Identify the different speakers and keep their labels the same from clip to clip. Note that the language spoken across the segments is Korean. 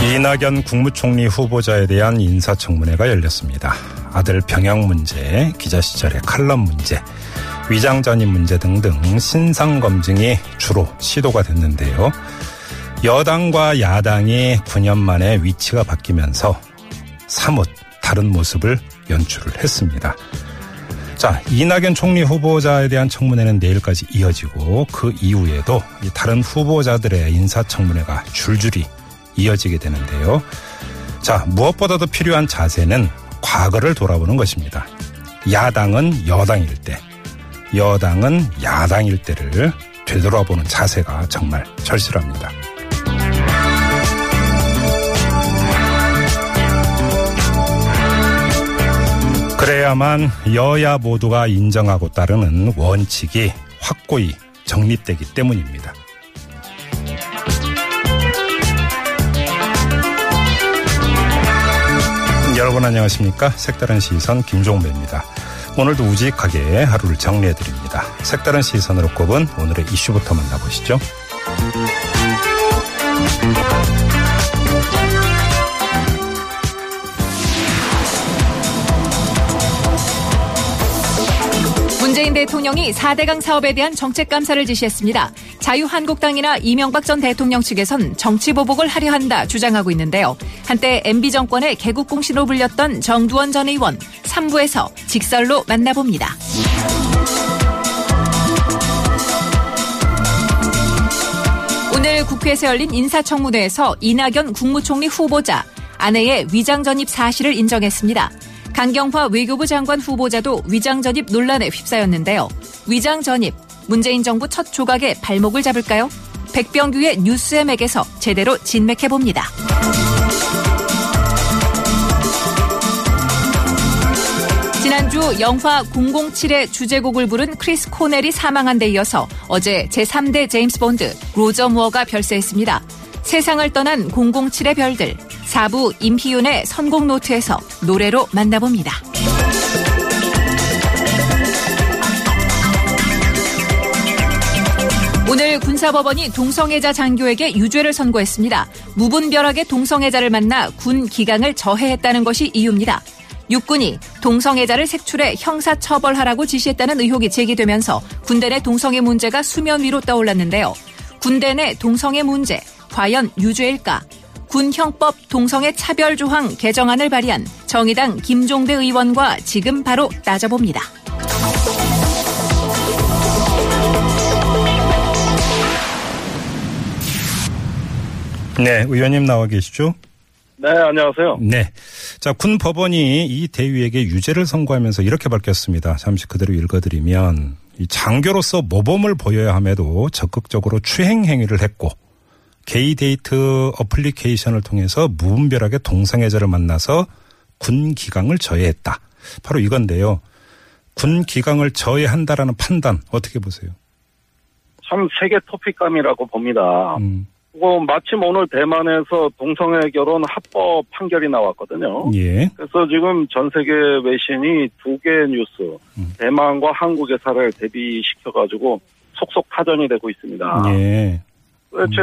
Speaker 1: 이낙연 국무총리 후보자에 대한 인사청문회가 열렸습니다. 아들 병역 문제, 기자 시절의 칼럼 문제, 위장전입 문제 등등 신상검증이 주로 시도가 됐는데요. 여당과 야당이 9년 만에 위치가 바뀌면서 사뭇 다른 모습을 연출을 했습니다. 자, 이낙연 총리 후보자에 대한 청문회는 내일까지 이어지고 그 이후에도 이 다른 후보자들의 인사청문회가 줄줄이 이어지게 되는데요. 자, 무엇보다도 필요한 자세는 과거를 돌아보는 것입니다. 야당은 여당일 때, 여당은 야당일 때를 되돌아보는 자세가 정말 절실합니다. 그래야만 여야 모두가 인정하고 따르는 원칙이 확고히 정립되기 때문입니다. 여러분 안녕하십니까? 색다른 시선 김종배입니다. 오늘도 우직하게 하루를 정리해드립니다. 색다른 시선으로 꼽은 오늘의 이슈부터 만나보시죠.
Speaker 2: 문재인 대통령이 4대강 사업에 대한 정책 감사를 지시했습니다. 자유한국당이나 이명박 전 대통령 측에선 정치 보복을 하려 한다 주장하고 있는데요. 한때 MB 정권의 개국공신으로 불렸던 정두원 전 의원 3부에서 직설로 만나봅니다. 오늘 국회에서 열린 인사청문회에서 이낙연 국무총리 후보자 아내의 위장 전입 사실을 인정했습니다. 강경화 외교부 장관 후보자도 위장 전입 논란에 휩싸였는데요. 위장 전입 문재인 정부 첫 조각에 발목을 잡을까요? 백병규의 뉴스엠액에서 제대로 진맥해 봅니다. 지난주 영화 007의 주제곡을 부른 크리스 코넬이 사망한 데 이어서 어제 제3대 제임스 본드 로저 무어가 별세했습니다. 세상을 떠난 007의 별들 4부 임희윤의 선곡 노트에서 노래로 만나봅니다. 오늘 군사법원이 동성애자 장교에게 유죄를 선고했습니다. 무분별하게 동성애자를 만나 군 기강을 저해했다는 것이 이유입니다. 육군이 동성애자를 색출해 형사 처벌하라고 지시했다는 의혹이 제기되면서 군대 내 동성애 문제가 수면 위로 떠올랐는데요. 군대 내 동성애 문제, 과연 유죄일까? 군형법 동성애 차별 조항 개정안을 발의한 정의당 김종대 의원과 지금 바로 따져봅니다.
Speaker 1: 네, 의원님 나와 계시죠?
Speaker 3: 네, 안녕하세요.
Speaker 1: 네. 자, 군 법원이 이 대위에게 유죄를 선고하면서 이렇게 밝혔습니다. 잠시 그대로 읽어드리면 이 장교로서 모범을 보여야 함에도 적극적으로 추행 행위를 했고 게이 데이트 어플리케이션을 통해서 무분별하게 동성애자를 만나서 군 기강을 저해했다. 바로 이건데요. 군 기강을 저해한다라는 판단 어떻게 보세요?
Speaker 3: 참 세계 토픽감이라고 봅니다.
Speaker 1: 음,
Speaker 3: 그리고 마침 오늘 대만에서 동성애 결혼 합법 판결이 나왔거든요.
Speaker 1: 예.
Speaker 3: 그래서 지금 전 세계 외신이 두 개의 뉴스,
Speaker 1: 음.
Speaker 3: 대만과 한국의 사례를 대비시켜가지고 속속 파전이 되고 있습니다.
Speaker 1: 예.
Speaker 3: 도대체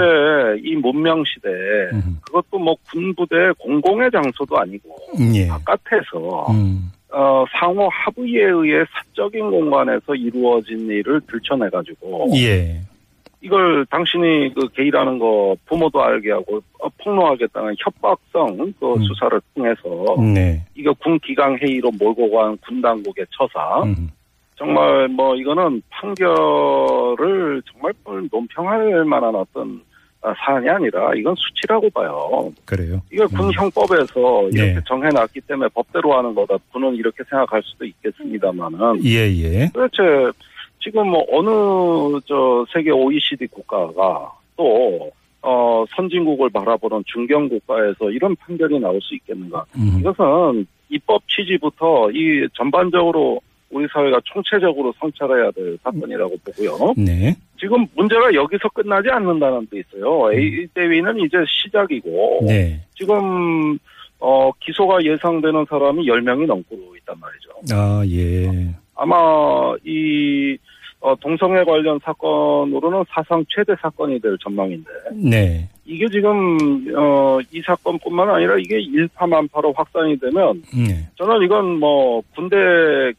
Speaker 3: 이 문명 시대에
Speaker 1: 음,
Speaker 3: 그것도 뭐 군부대 공공의 장소도 아니고
Speaker 1: 예.
Speaker 3: 바깥에서
Speaker 1: 음,
Speaker 3: 어, 상호 합의에 의해 사적인 공간에서 이루어진 일을 들춰내가지고
Speaker 1: 예.
Speaker 3: 이걸 당신이 그 게이라는 거 부모도 알게 하고 어, 폭로하겠다는 협박성 그
Speaker 1: 음.
Speaker 3: 수사를 통해서
Speaker 1: 네.
Speaker 3: 이거 군 기강 회의로 몰고 간 군당국의 처사
Speaker 1: 음,
Speaker 3: 정말 뭐 이거는 판결을 정말 뭐 논평할 만한 어떤 아, 사안이 아니라 이건 수치라고 봐요.
Speaker 1: 그래요.
Speaker 3: 이걸
Speaker 1: 음.
Speaker 3: 군 형법에서 이렇게
Speaker 1: 네.
Speaker 3: 정해놨기 때문에 법대로 하는 거다. 군은 이렇게 생각할 수도 있겠습니다만은
Speaker 1: 예, 예.
Speaker 3: 도대체 지금 뭐 어느 저 세계 OECD 국가가 또 어, 선진국을 바라보는 중견 국가에서 이런 판결이 나올 수 있겠는가?
Speaker 1: 음,
Speaker 3: 이것은 입법 취지부터 이 전반적으로 우리 사회가 총체적으로 성찰해야 될 사건이라고 보고요.
Speaker 1: 네.
Speaker 3: 지금 문제가 여기서 끝나지 않는다는 데 있어요. A 대위는 이제 시작이고
Speaker 1: 음. 네.
Speaker 3: 지금 어, 기소가 예상되는 사람이 10명이 넘고 있단 말이죠.
Speaker 1: 아, 예.
Speaker 3: 아마 이 어, 동성애 관련 사건으로는 사상 최대 사건이 될 전망인데
Speaker 1: 네.
Speaker 3: 이게 지금 어, 이 사건뿐만 아니라 이게 일파만파로 확산이 되면
Speaker 1: 네.
Speaker 3: 저는 이건 뭐 군대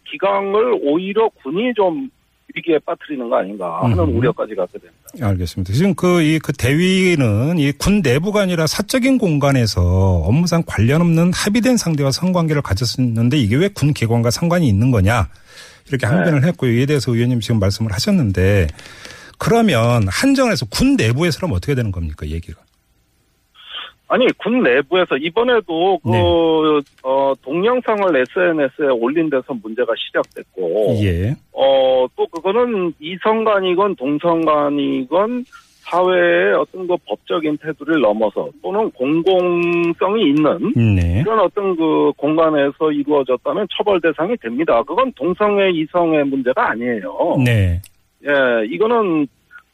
Speaker 3: 기강을 오히려 군이 좀 위기에 빠뜨리는 거 아닌가 하는
Speaker 1: 음.
Speaker 3: 우려까지 갖게 됩니다.
Speaker 1: 알겠습니다. 지금 그, 이, 그 대위는 이 군 내부가 아니라 사적인 공간에서 업무상 관련 없는 합의된 상대와 성관계를 가졌었는데 이게 왜 군 기관과 상관이 있는 거냐.
Speaker 3: 네.
Speaker 1: 이렇게 항변을 했고요. 이에 대해서 의원님 지금 말씀을 하셨는데 그러면 한정에서 군 내부에서 그럼 어떻게 되는 겁니까? 얘기가.
Speaker 3: 아니 군 내부에서 이번에도
Speaker 1: 네.
Speaker 3: 그 어, 동영상을 SNS에 올린 데서 문제가 시작됐고
Speaker 1: 예.
Speaker 3: 어, 또 그거는 이성간이건 동성간이건 사회의 어떤 그 법적인 테두리를 넘어서 또는 공공성이 있는
Speaker 1: 네.
Speaker 3: 이런 어떤 그 공간에서 이루어졌다면 처벌 대상이 됩니다. 그건 동성애 이성애 문제가 아니에요.
Speaker 1: 네.
Speaker 3: 예, 이거는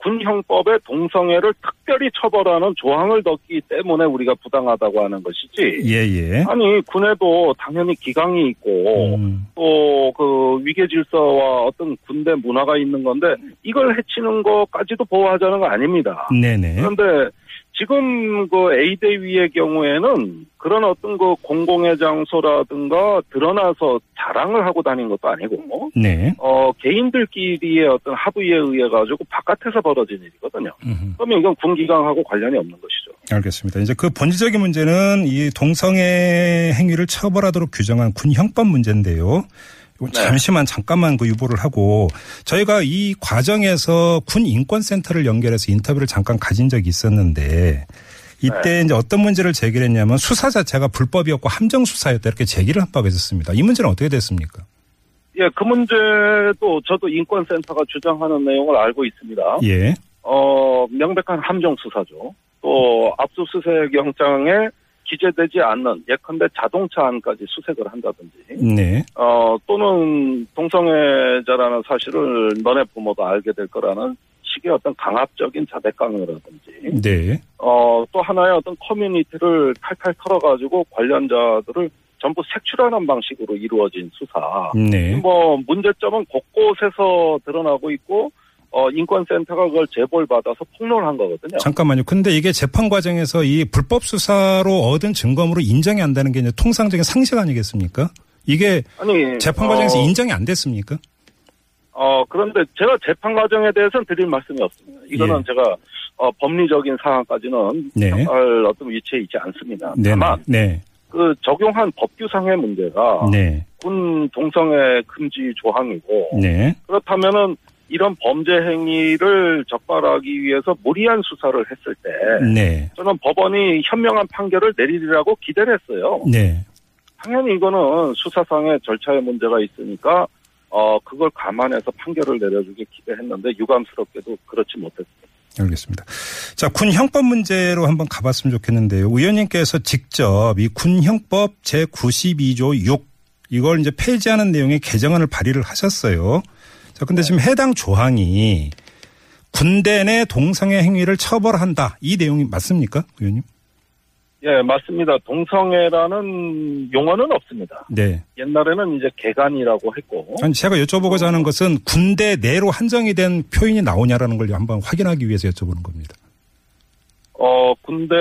Speaker 3: 군형법에 동성애를 특별히 처벌하는 조항을 넣기 때문에 우리가 부당하다고 하는 것이지.
Speaker 1: 예, 예.
Speaker 3: 아니 군에도 당연히 기강이 있고
Speaker 1: 음,
Speaker 3: 또 그 위계 질서와 어떤 군대 문화가 있는 건데 이걸 해치는 것까지도 보호하자는 거 아닙니다.
Speaker 1: 음. 네네.
Speaker 3: 그런데 지금 그 A대위의 경우에는 그런 어떤 그 공공의 장소라든가 드러나서 자랑을 하고 다닌 것도 아니고
Speaker 1: 네.
Speaker 3: 어 개인들끼리의 어떤 합의에 의해 가지고 바깥에서 벌어진 일이거든요.
Speaker 1: 음,
Speaker 3: 그러면 이건 군기강하고 관련이 없는 것이죠.
Speaker 1: 알겠습니다. 이제 그 본질적인 문제는 이 동성애 행위를 처벌하도록 규정한 군형법 문제인데요. 이건
Speaker 3: 네.
Speaker 1: 잠시만 잠깐만 그 유보를 하고 저희가 이 과정에서 군 인권센터를 연결해서 인터뷰를 잠깐 가진 적이 있었는데 이때
Speaker 3: 네.
Speaker 1: 이제 어떤 문제를 제기했냐면 수사 자체가 불법이었고 함정 수사였다 이렇게 제기를 한 바가 있었습니다. 이 문제는 어떻게 됐습니까?
Speaker 3: 예, 그 문제도 저도 인권센터가 주장하는 내용을 알고 있습니다.
Speaker 1: 예.
Speaker 3: 어, 명백한 함정 수사죠. 또 압수수색 영장에 기재되지 않는 예컨대 자동차 안까지 수색을 한다든지,
Speaker 1: 네.
Speaker 3: 어, 또는 동성애자라는 사실을 너네 부모도 알게 될 거라는 식의 어떤 강압적인 자백강요라든지,
Speaker 1: 네.
Speaker 3: 어, 또 하나의 어떤 커뮤니티를 탈탈 털어가지고 관련자들을 전부 색출하는 방식으로 이루어진 수사.
Speaker 1: 네.
Speaker 3: 뭐 문제점은 곳곳에서 드러나고 있고 어 인권센터가 그걸 제보를 받아서 폭로를 한 거거든요.
Speaker 1: 잠깐만요. 근데 이게 재판 과정에서 이 불법 수사로 얻은 증거물을 인정이 안 되는 게 이제 통상적인 상식 아니겠습니까? 이게
Speaker 3: 아니
Speaker 1: 재판
Speaker 3: 어,
Speaker 1: 과정에서 인정이 안 됐습니까?
Speaker 3: 어 그런데 제가 재판 과정에 대해서는 드릴 말씀이 없습니다. 이거는
Speaker 1: 예.
Speaker 3: 제가 어, 법리적인 사항까지는
Speaker 1: 네.
Speaker 3: 평가할 어떤 위치에 있지 않습니다.
Speaker 1: 네.
Speaker 3: 다만
Speaker 1: 네.
Speaker 3: 그 적용한 법규상의 문제가
Speaker 1: 네.
Speaker 3: 군 동성애 금지 조항이고
Speaker 1: 네.
Speaker 3: 그렇다면은 이런 범죄 행위를 적발하기 위해서 무리한 수사를 했을 때
Speaker 1: 네.
Speaker 3: 저는 법원이 현명한 판결을 내리리라고 기대를 했어요.
Speaker 1: 네.
Speaker 3: 당연히 이거는 수사상의 절차의 문제가 있으니까 어 그걸 감안해서 판결을 내려주길 기대했는데 유감스럽게도 그렇지 못했습니다.
Speaker 1: 알겠습니다. 자, 군 형법 문제로 한번 가봤으면 좋겠는데요. 의원님께서 직접 이 군 형법 제92조 6 이걸 이제 폐지하는 내용의 개정안을 발의를 하셨어요. 자,
Speaker 3: 네.
Speaker 1: 근데 지금 해당 조항이 군대 내 동성애 행위를 처벌한다. 이 내용이 맞습니까, 의원님?
Speaker 3: 예, 맞습니다. 동성애라는 용어는 없습니다.
Speaker 1: 네.
Speaker 3: 옛날에는 이제 개간이라고 했고
Speaker 1: 어? 아니, 제가 여쭤보고자 하는 것은 군대 내로 한정이 된 표현이 나오냐라는 걸 한번 확인하기 위해서 여쭤보는 겁니다.
Speaker 3: 어 군대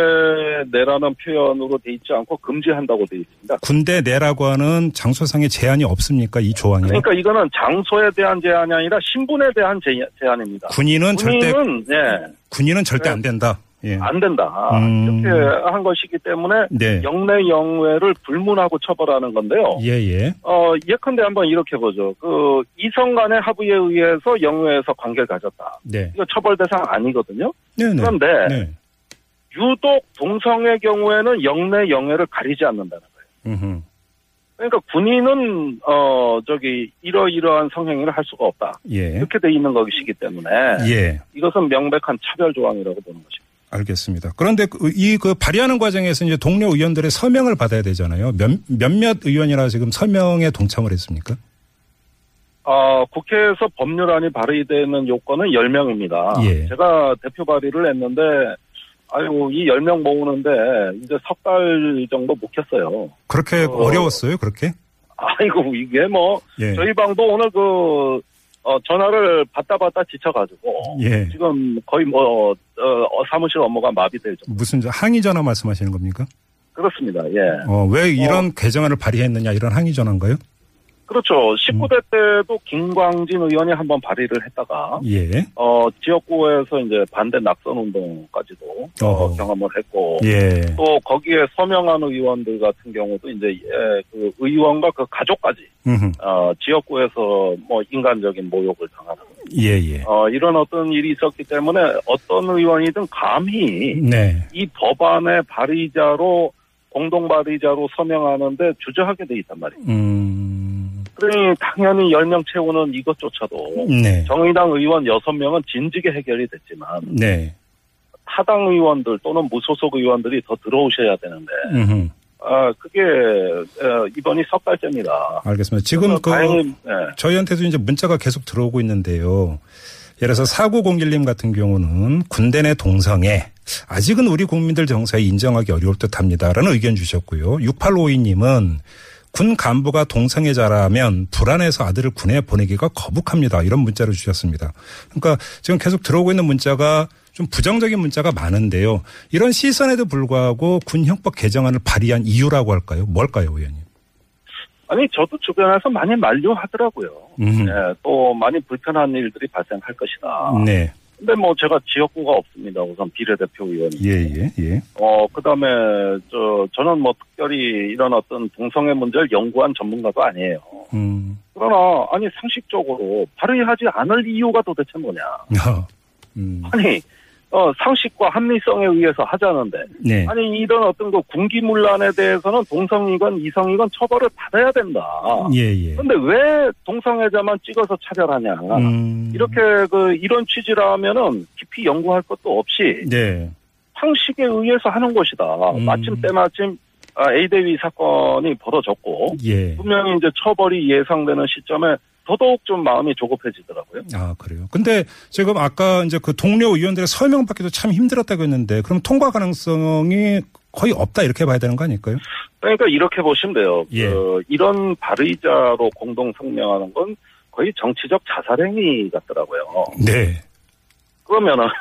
Speaker 3: 내라는 표현으로 돼 있지 않고 금지한다고 돼 있습니다.
Speaker 1: 군대 내라고 하는 장소상의 제한이 없습니까? 이 조항에.
Speaker 3: 그러니까 이거는 장소에 대한 제한이 아니라 신분에 대한 제, 제한입니다.
Speaker 1: 군인은 절대
Speaker 3: 군인은 예,
Speaker 1: 군인은 절대
Speaker 3: 네.
Speaker 1: 안 된다. 예.
Speaker 3: 안 된다.
Speaker 1: 음.
Speaker 3: 이렇게 예, 한 것이기 때문에
Speaker 1: 네.
Speaker 3: 영내 영외를 불문하고 처벌하는 건데요.
Speaker 1: 예, 예.
Speaker 3: 어, 예컨대 한번 이렇게 보죠. 그 이성 간의 합의에 의해서 영외에서 관계를 가졌다.
Speaker 1: 네.
Speaker 3: 이거 처벌 대상 아니거든요.
Speaker 1: 네, 네.
Speaker 3: 그런데
Speaker 1: 네.
Speaker 3: 유독 동성의 경우에는 영내 영외를 가리지 않는다는 거예요.
Speaker 1: 음흠.
Speaker 3: 그러니까 군인은 어 저기 이러이러한 성행위를 할 수가 없다.
Speaker 1: 예.
Speaker 3: 이렇게 돼 있는 것이기 때문에
Speaker 1: 예.
Speaker 3: 이것은 명백한 차별 조항이라고 보는 것입니다.
Speaker 1: 알겠습니다. 그런데 이 그 발의하는 과정에서 이제 동료 의원들의 서명을 받아야 되잖아요. 몇, 몇몇 의원이나 지금 서명에 동참을 했습니까?
Speaker 3: 아, 국회에서 법률안이 발의되는 요건은 10명입니다.
Speaker 1: 예.
Speaker 3: 제가 대표 발의를 했는데, 아유, 이 10명 모으는데, 이제 석 달 정도 못 했어요.
Speaker 1: 그렇게
Speaker 3: 어.
Speaker 1: 어... 려웠어요 그렇게?
Speaker 3: 아이고, 이게 뭐,
Speaker 1: 예.
Speaker 3: 저희 방도 오늘 그, 어, 전화를 받다 받다 지쳐가지고,
Speaker 1: 예.
Speaker 3: 지금 거의 뭐, 어, 어, 사무실 업무가 마비될 정도.
Speaker 1: 무슨 저 항의 전화 말씀하시는 겁니까?
Speaker 3: 그렇습니다, 예.
Speaker 1: 어, 왜 이런 개정안을 발의했느냐 이런 항의 전화인가요?
Speaker 3: 그렇죠.
Speaker 1: 음.
Speaker 3: 19대 때도 김광진 의원이 한번 발의를 했다가,
Speaker 1: 예.
Speaker 3: 어, 지역구에서 이제 반대 낙선 운동까지도 어,
Speaker 1: 어허.
Speaker 3: 경험을 했고,
Speaker 1: 예.
Speaker 3: 또 거기에 서명한 의원들 같은 경우도 이제 예, 그 의원과 그 가족까지
Speaker 1: 음흠.
Speaker 3: 어, 지역구에서 뭐 인간적인 모욕을 당하는
Speaker 1: 예, 예.
Speaker 3: 어, 이런 어떤 일이 있었기 때문에 어떤 의원이든 감히
Speaker 1: 네.
Speaker 3: 이 법안의 발의자로 공동 발의자로 서명하는데 주저하게 돼 있단 말이에요.
Speaker 1: 음.
Speaker 3: 그러니 당연히 10명 채우는 이것조차도
Speaker 1: 네.
Speaker 3: 정의당 의원 6명은 진지게 해결이 됐지만
Speaker 1: 네.
Speaker 3: 타당 의원들 또는 무소속 의원들이 더 들어오셔야 되는데
Speaker 1: 음흠.
Speaker 3: 아, 그게 어, 이번이 석 달째입니다.
Speaker 1: 알겠습니다. 지금 그
Speaker 3: 다행히 예.
Speaker 1: 저희한테도 이제 문자가 계속 들어오고 있는데요. 예를 들어서 4901님 같은 경우는 군대 내 동성애 아직은 우리 국민들 정서에 인정하기 어려울 듯 합니다라는 의견 주셨고요. 6852님은 군 간부가 동성애자라면 불안해서 아들을 군에 보내기가 거북합니다. 이런 문자를 주셨습니다. 그러니까 지금 계속 들어오고 있는 문자가 좀 부정적인 문자가 많은데요. 이런 시선에도 불구하고 군 형법 개정안을 발의한 이유라고 할까요? 뭘까요, 의원님?
Speaker 3: 아니 저도 주변에서 많이 만류하더라고요.
Speaker 1: 음.
Speaker 3: 예, 또 많이 불편한 일들이 발생할 것이다.
Speaker 1: 네.
Speaker 3: 근데 뭐 제가 지역구가 없습니다. 우선 비례대표 의원이.
Speaker 1: 예, 예, 예.
Speaker 3: 어 그다음에 저 저는 뭐 특별히 이런 어떤 동성애 문제를 연구한 전문가도 아니에요.
Speaker 1: 음.
Speaker 3: 그러나 아니 상식적으로 발의하지 않을 이유가 도대체 뭐냐?
Speaker 1: 어, 음,
Speaker 3: 아니 어 상식과 합리성에 의해서 하자는데
Speaker 1: 네.
Speaker 3: 아니 이런 어떤 그 군기문란에 대해서는 동성이건 이성이건 처벌을 받아야 된다.
Speaker 1: 예, 예.
Speaker 3: 근데 왜 동성애자만 찍어서 차별하냐?
Speaker 1: 음,
Speaker 3: 이렇게 그 이런 취지라면은 깊이 연구할 것도 없이
Speaker 1: 네.
Speaker 3: 상식에 의해서 하는 것이다.
Speaker 1: 음.
Speaker 3: 마침 때마침 아, A 대위 사건이 벌어졌고
Speaker 1: 예.
Speaker 3: 분명히 이제 처벌이 예상되는 시점에 더더욱 좀 마음이 조급해지더라고요.
Speaker 1: 아, 그래요. 근데 지금 아까 이제 그 동료 의원들의 설명 받기도 참 힘들었다고 했는데 그럼 통과 가능성이 거의 없다 이렇게 봐야 되는 거 아닐까요?
Speaker 3: 그러니까 이렇게 보시면 돼요.
Speaker 1: 예.
Speaker 3: 그 이런 발의자로 공동 성명하는 건 거의 정치적 자살행위 같더라고요.
Speaker 1: 네.
Speaker 3: 그러면은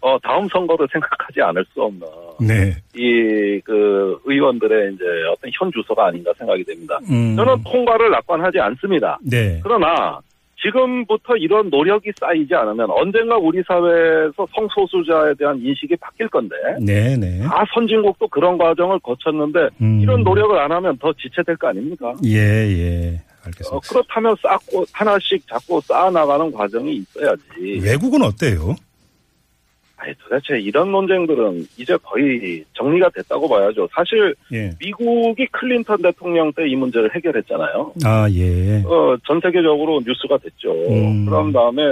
Speaker 3: 어, 다음 선거를 생각하지 않을 수 없는
Speaker 1: 네.
Speaker 3: 이 그 의원들의 이제 어떤 현 주소가 아닌가 생각이 됩니다.
Speaker 1: 음,
Speaker 3: 저는 통과를 낙관하지 않습니다.
Speaker 1: 네.
Speaker 3: 그러나 지금부터 이런 노력이 쌓이지 않으면 언젠가 우리 사회에서 성소수자에 대한 인식이 바뀔 건데
Speaker 1: 네, 네.
Speaker 3: 다 선진국도 그런 과정을 거쳤는데
Speaker 1: 음.
Speaker 3: 이런 노력을 안 하면 더 지체될 거 아닙니까?
Speaker 1: 예, 예. 알겠습니다.
Speaker 3: 어, 그렇다면 쌓고 하나씩 자꾸 쌓아나가는 과정이 있어야지.
Speaker 1: 외국은 어때요?
Speaker 3: 아니, 도대체 이런 논쟁들은 이제 거의 정리가 됐다고 봐야죠. 사실
Speaker 1: 예.
Speaker 3: 미국이 클린턴 대통령 때 이 문제를 해결했잖아요.
Speaker 1: 아, 예.
Speaker 3: 어, 전 세계적으로 뉴스가 됐죠.
Speaker 1: 음.
Speaker 3: 그런 다음에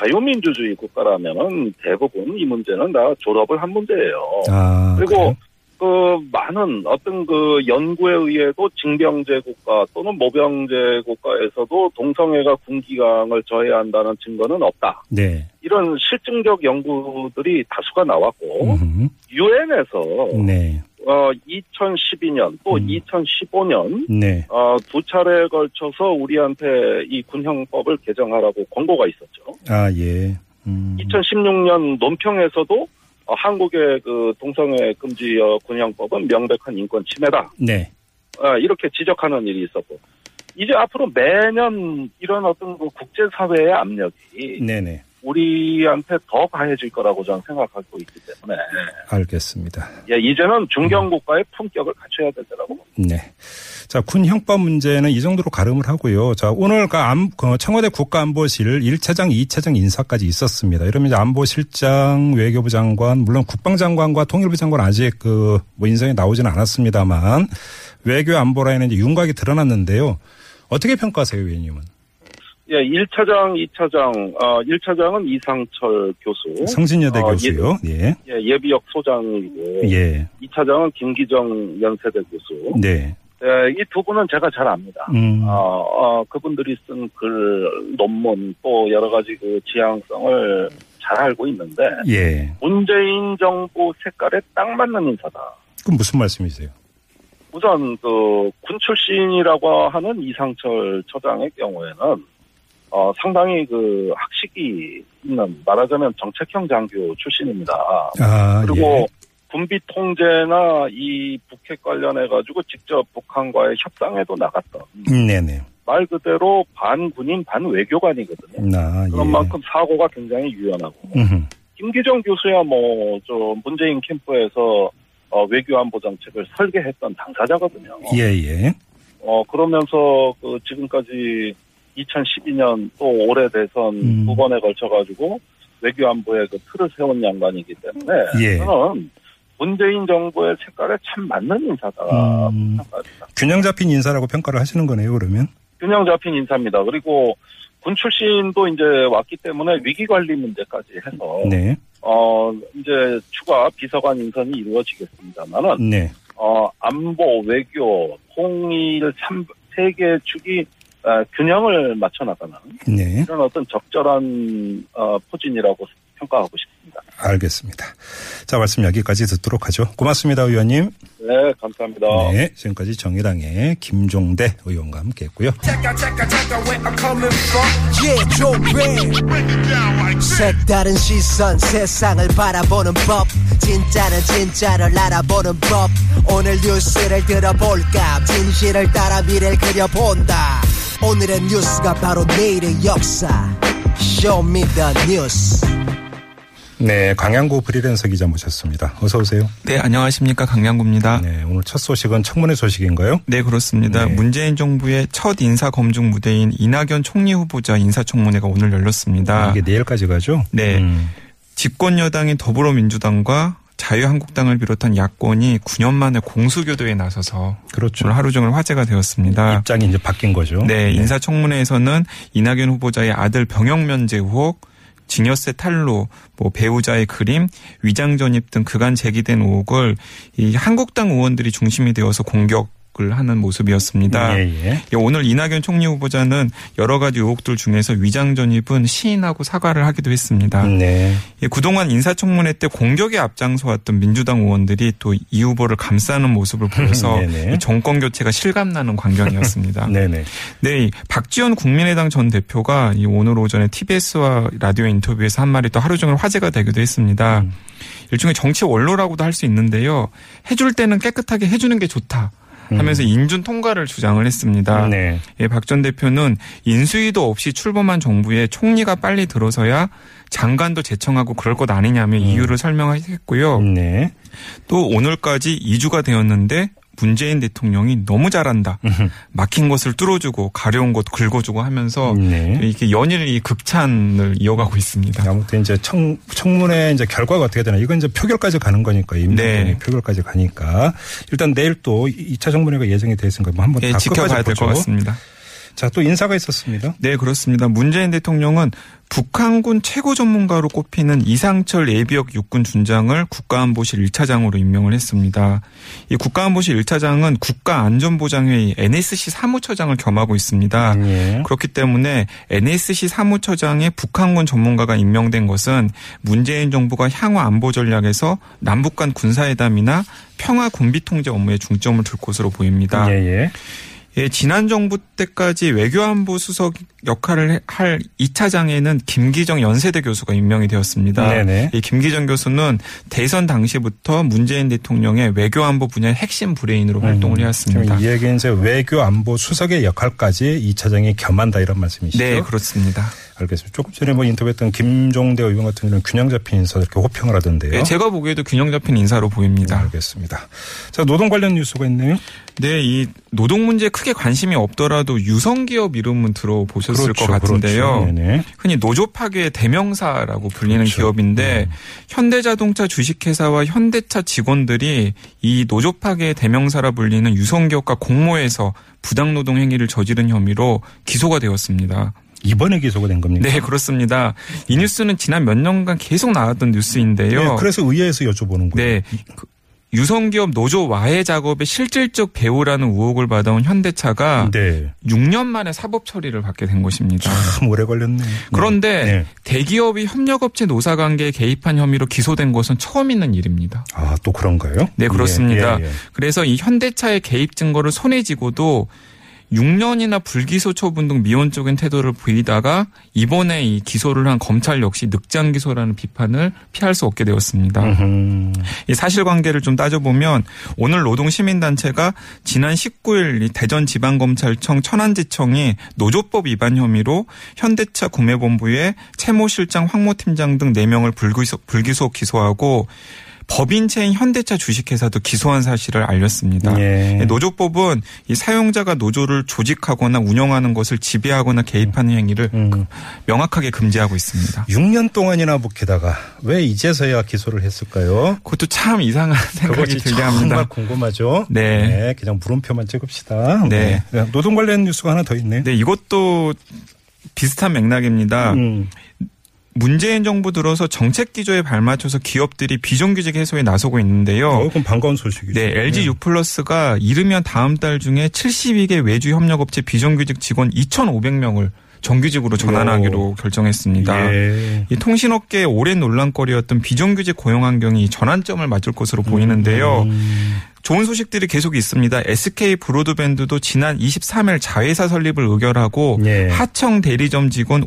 Speaker 3: 자유민주주의 국가라면은 대부분 이 문제는 다 졸업을 한 문제예요.
Speaker 1: 아.
Speaker 3: 그리고 그 많은 어떤 그 연구에 의해도 징병제 국가 또는 모병제 국가에서도 동성애가 군기강을 저해한다는 증거는 없다.
Speaker 1: 그래요? 네.
Speaker 3: 이런 실증적 연구들이 다수가 나왔고
Speaker 1: 음흠.
Speaker 3: 유엔에서
Speaker 1: 네.
Speaker 3: 어 2012년 또
Speaker 1: 음.
Speaker 3: 2015년
Speaker 1: 네.
Speaker 3: 어, 두 차례에 걸쳐서 우리한테 이 군형법을 개정하라고 권고가 있었죠.
Speaker 1: 아, 예. 음.
Speaker 3: 2016년 논평에서도 어, 한국의 그 동성애 금지 어, 군형법은 명백한 인권 침해다.
Speaker 1: 네.
Speaker 3: 어, 이렇게 지적하는 일이 있었고. 이제 앞으로 매년 이런 어떤 그 국제사회의 압력이
Speaker 1: 네, 네.
Speaker 3: 우리한테 더 가해질 거라고 저는 생각하고 있기 때문에
Speaker 1: 알겠습니다.
Speaker 3: 예, 이제는 중견국가의 품격을 갖춰야 되더라고.
Speaker 1: 네. 자, 군 형법 문제는 이 정도로 가름을 하고요. 자, 오늘 그 안- 그 청와대 국가안보실 1차장, 2차장 인사까지 있었습니다. 이러면 이제 안보실장, 외교부 장관, 물론 국방장관과 통일부 장관 아직 그 뭐 인선이 나오지는 않았습니다만 외교 안보라인에 이제 윤곽이 드러났는데요. 어떻게 평가하세요, 의원님은?
Speaker 3: 예, 1차장, 2차장, 어, 1차장은 이상철 교수,
Speaker 1: 성신여대
Speaker 3: 어,
Speaker 1: 교수요. 예.
Speaker 3: 예, 예비역 소장이고,
Speaker 1: 예.
Speaker 3: 2차장은 김기정 연세대 교수.
Speaker 1: 네.
Speaker 3: 예, 이 두 분은 제가 잘 압니다.
Speaker 1: 음.
Speaker 3: 어, 어, 그분들이 쓴 글 논문 또 여러 가지 그 지향성을 잘 알고 있는데
Speaker 1: 예.
Speaker 3: 문재인 정부 색깔에 딱 맞는 인사다.
Speaker 1: 그럼 무슨 말씀이세요?
Speaker 3: 우선 그 군 출신이라고 하는 이상철 처장의 경우에는 어, 상당히 그 학식이 있는 말하자면 정책형 장교 출신입니다.
Speaker 1: 아,
Speaker 3: 그리고 군비 통제나 이 북핵 관련해 가지고 직접 북한과의 협상에도 나갔던
Speaker 1: 예. 음, 네네.
Speaker 3: 말 그대로 반군인 반외교관이거든요.
Speaker 1: 나, 예.
Speaker 3: 그런 만큼 사고가 굉장히 유연하고
Speaker 1: 음흠.
Speaker 3: 김기정 교수야 뭐 저 문재인 캠프에서 어, 외교안보 정책을 설계했던 당사자거든요.
Speaker 1: 예, 예.
Speaker 3: 어 그러면서 그 지금까지 2012년 또 올해 대선
Speaker 1: 음.
Speaker 3: 두 번에 걸쳐 가지고 외교안보의 그 틀을 세운 양반이기 때문에
Speaker 1: 예.
Speaker 3: 저는 문재인 정부의 색깔에 참 맞는 인사다
Speaker 1: 음.
Speaker 3: 생각합니다.
Speaker 1: 균형 잡힌 인사라고 평가를 하시는 거네요, 그러면?
Speaker 3: 균형 잡힌 인사입니다. 그리고 군 출신도 이제 왔기 때문에 위기 관리 문제까지 해서
Speaker 1: 네.
Speaker 3: 어 이제 추가 비서관 인선이 이루어지겠습니다만은
Speaker 1: 네.
Speaker 3: 어 안보 외교 통일 세개 축이 어, 균형을 맞춰 나가는
Speaker 1: 네.
Speaker 3: 이런 어떤 적절한 어, 포진이라고 평가하고 싶습니다.
Speaker 1: 알겠습니다. 자, 말씀 여기까지 듣도록 하죠. 고맙습니다, 의원님.
Speaker 3: 네, 감사합니다.
Speaker 1: 네. 지금까지 정의당의 김종대 의원과 함께 했고요.
Speaker 4: Check out, check out, check out where I'm coming from. Yeah, Joe Bread. 색다른 시선 세상을 바라보는 법 진짜는 진짜를 알아보는 법 오늘 뉴스를 들어볼까 진실을 따라 미래를 그려본다 오늘의 뉴스가 바로 내일의 역사 Show me the news
Speaker 1: 네. 강양구 브리랜서 기자 모셨습니다. 어서오세요.
Speaker 5: 네, 안녕하십니까. 강양구입니다. 네.
Speaker 1: 네. 오늘 첫 소식은 청문회 소식인가요?
Speaker 5: 그렇습니다.
Speaker 1: 네.
Speaker 5: 문재인 정부의 첫 인사 검증 무대인 이낙연 총리 후보자 인사청문회가 오늘 열렸습니다.
Speaker 1: 이게 내일까지 가죠?
Speaker 5: 아. 네.
Speaker 1: 음.
Speaker 5: 집권 여당인 더불어민주당과 자유한국당을 비롯한 야권이 9년 만에 공수교도에 나서서
Speaker 1: 그렇죠.
Speaker 5: 오늘 하루 종일 화제가 되었습니다.
Speaker 1: 입장이 이제 바뀐 거죠.
Speaker 5: 네, 인사청문회에서는 이낙연 후보자의 아들 병역 면제 의혹, 증여세 탈루, 뭐 배우자의 그림, 위장 전입 등 그간 제기된 의혹을 이 한국당 의원들이 중심이 되어서 공격을 하는 모습이었습니다.
Speaker 1: 예, 예.
Speaker 5: 예, 오늘 이낙연 총리 후보자는 여러 가지 의혹들 중에서 위장 전입은 시인하고 사과를 하기도 했습니다.
Speaker 1: 네.
Speaker 5: 예, 그동안 인사청문회 때 공격에 앞장서왔던 민주당 의원들이 또 이 후보를 감싸는 모습을 보여서
Speaker 1: 네네.
Speaker 5: 이 정권 교체가 실감나는 광경이었습니다.
Speaker 1: 네네.
Speaker 5: 네, 이 박지원 국민의당 전 대표가 이 오늘 오전에 TBS와 라디오 인터뷰에서 한 말이 또 하루 종일 화제가 되기도 했습니다. 일종의 정치 원로라고도 할 수 있는데요. 해줄 때는 깨끗하게 해주는 게 좋다. 하면서 인준 통과를 주장을 했습니다.
Speaker 1: 네.
Speaker 5: 예, 박 전 대표는 인수위도 없이 출범한 정부에 총리가 빨리 들어서야 장관도 제청하고 그럴 것 아니냐며 이유를 설명했고요.
Speaker 1: 네.
Speaker 5: 또 오늘까지 2주가 되었는데 문재인 대통령이 너무 잘한다. 막힌 것을 뚫어주고 가려운 것 긁어주고 하면서
Speaker 1: 네.
Speaker 5: 이렇게 연일 이 극찬을 이어가고 있습니다.
Speaker 1: 아무튼 이제 청, 청문회 이제 결과가 어떻게 되나 이건 이제 표결까지 가는 거니까 임명권이
Speaker 5: 네.
Speaker 1: 표결까지 가니까 일단 내일 또 2차 청문회가 예정이 돼 있으니까 뭐 한번
Speaker 5: 예,
Speaker 1: 다
Speaker 5: 지켜봐야 될 것 같습니다.
Speaker 1: 자또 인사가 있었습니다.
Speaker 5: 네, 그렇습니다. 문재인 대통령은 북한군 최고 전문가로 꼽히는 이상철 예비역 육군 준장을 국가안보실 1차장으로 임명을 했습니다. 이 국가안보실 1차장은 국가안전보장회의 NSC 사무처장을 겸하고 있습니다.
Speaker 1: 예.
Speaker 5: 네. 그렇기 때문에 NSC 사무처장에 북한군 전문가가 임명된 것은 문재인 정부가 향후 안보 전략에서 남북 간 군사회담이나 평화 군비 통제 업무에 중점을 둘 것으로 보입니다.
Speaker 1: 예, 예.
Speaker 5: 예, 지난 정부 때까지 외교안보 수석 역할을 할 2차장에는 김기정 연세대 교수가 임명이 되었습니다.
Speaker 1: 네네.
Speaker 5: 이 김기정 교수는 대선 당시부터 문재인 대통령의 외교안보 분야의 핵심 브레인으로 활동을
Speaker 1: 지금
Speaker 5: 해왔습니다.
Speaker 1: 음, 이 얘기 이제 외교 안보 수석의 역할까지 2차장이 겸한다 이런 말씀이시죠?
Speaker 5: 네, 그렇습니다.
Speaker 1: 알겠습니다. 조금 전에 뭐 인터뷰했던 김종대 의원 같은 경우는 균형 잡힌 인사 이렇게 호평을 하던데요. 네,
Speaker 5: 예, 제가 보기에도 균형 잡힌 인사로 보입니다.
Speaker 1: 알겠습니다. 자 노동 관련 뉴스가 있네요.
Speaker 5: 네, 이 노동 문제에 크게 관심이 없더라도 유성기업 이름은 들어보셨을
Speaker 1: 그렇죠,
Speaker 5: 것 같은데요.
Speaker 1: 그렇죠. 네네.
Speaker 5: 흔히 노조 파괴의 대명사라고 불리는
Speaker 1: 그렇죠.
Speaker 5: 기업인데 현대자동차 주식회사와 현대차 직원들이 이 노조 파괴의 대명사라 불리는 유성기업과 공모해서 부당노동 행위를 저지른 혐의로 기소가 되었습니다.
Speaker 1: 이번에 기소가 된 겁니까?
Speaker 5: 네, 그렇습니다. 이 뉴스는 지난 몇 년간 계속 나왔던 뉴스인데요.
Speaker 1: 네, 그래서 의회에서 여쭤보는 거예요.
Speaker 5: 네. 그 유성기업 노조 와해 작업의 실질적 배우라는 우혹을 받아온 현대차가
Speaker 1: 네.
Speaker 5: 6년 만에 사법 처리를 받게 된 것입니다.
Speaker 1: 참 오래 걸렸네.
Speaker 5: 그런데
Speaker 1: 네.
Speaker 5: 대기업이 협력업체 노사관계에 개입한 혐의로 기소된 것은 처음 있는 일입니다.
Speaker 1: 아, 또 그런가요?
Speaker 5: 네, 그렇습니다.
Speaker 1: 예, 예, 예.
Speaker 5: 그래서 이 현대차의 개입 증거를 손에 쥐고도 6년이나 불기소 처분 등 미온적인 태도를 보이다가 이번에 이 기소를 한 검찰 역시 늑장 기소라는 비판을 피할 수 없게 되었습니다.
Speaker 1: 음,
Speaker 5: 이 사실관계를 좀 따져보면 오늘 노동시민단체가 지난 19일 이 대전지방검찰청 천안지청이 노조법 위반 혐의로 현대차 구매본부에 채모 실장 황모 팀장 등 4명을 불기소, 불기소 기소하고 법인체인 현대차 주식회사도 기소한 사실을 알렸습니다.
Speaker 1: 예.
Speaker 5: 이 노조법은 이 사용자가 노조를 조직하거나 운영하는 것을 지배하거나 개입하는 행위를
Speaker 1: 음.
Speaker 5: 명확하게 금지하고 있습니다.
Speaker 1: 6년 동안이나 묵히다가 왜 이제서야 기소를 했을까요?
Speaker 5: 그것도 참 이상한 생각이
Speaker 1: 그것이
Speaker 5: 들게
Speaker 1: 정말
Speaker 5: 합니다.
Speaker 1: 궁금하죠.
Speaker 5: 네.
Speaker 1: 그냥 물음표만 찍읍시다.
Speaker 5: 네.
Speaker 1: 네. 노동 관련 뉴스가 하나 더 있네요.
Speaker 5: 네, 이것도 비슷한 맥락입니다.
Speaker 1: 음.
Speaker 5: 문재인 정부 들어서 정책 기조에 발맞춰서 기업들이 비정규직 해소에 나서고 있는데요.
Speaker 1: 어, 그럼 반가운 소식이죠.
Speaker 5: 네, LG U 플러스가 이르면 다음 달 중에 72개 외주 협력업체 비정규직 직원 2,500명을 정규직으로 전환하기로 결정했습니다.
Speaker 1: 예.
Speaker 5: 이 통신업계의 오랜 논란거리였던 비정규직 고용 환경이 전환점을 맞을
Speaker 1: 음.
Speaker 5: 것으로 보이는데요. 좋은 소식들이 계속 있습니다. SK 브로드밴드도 지난 23일 자회사 설립을 의결하고
Speaker 1: 예.
Speaker 5: 하청 대리점 직원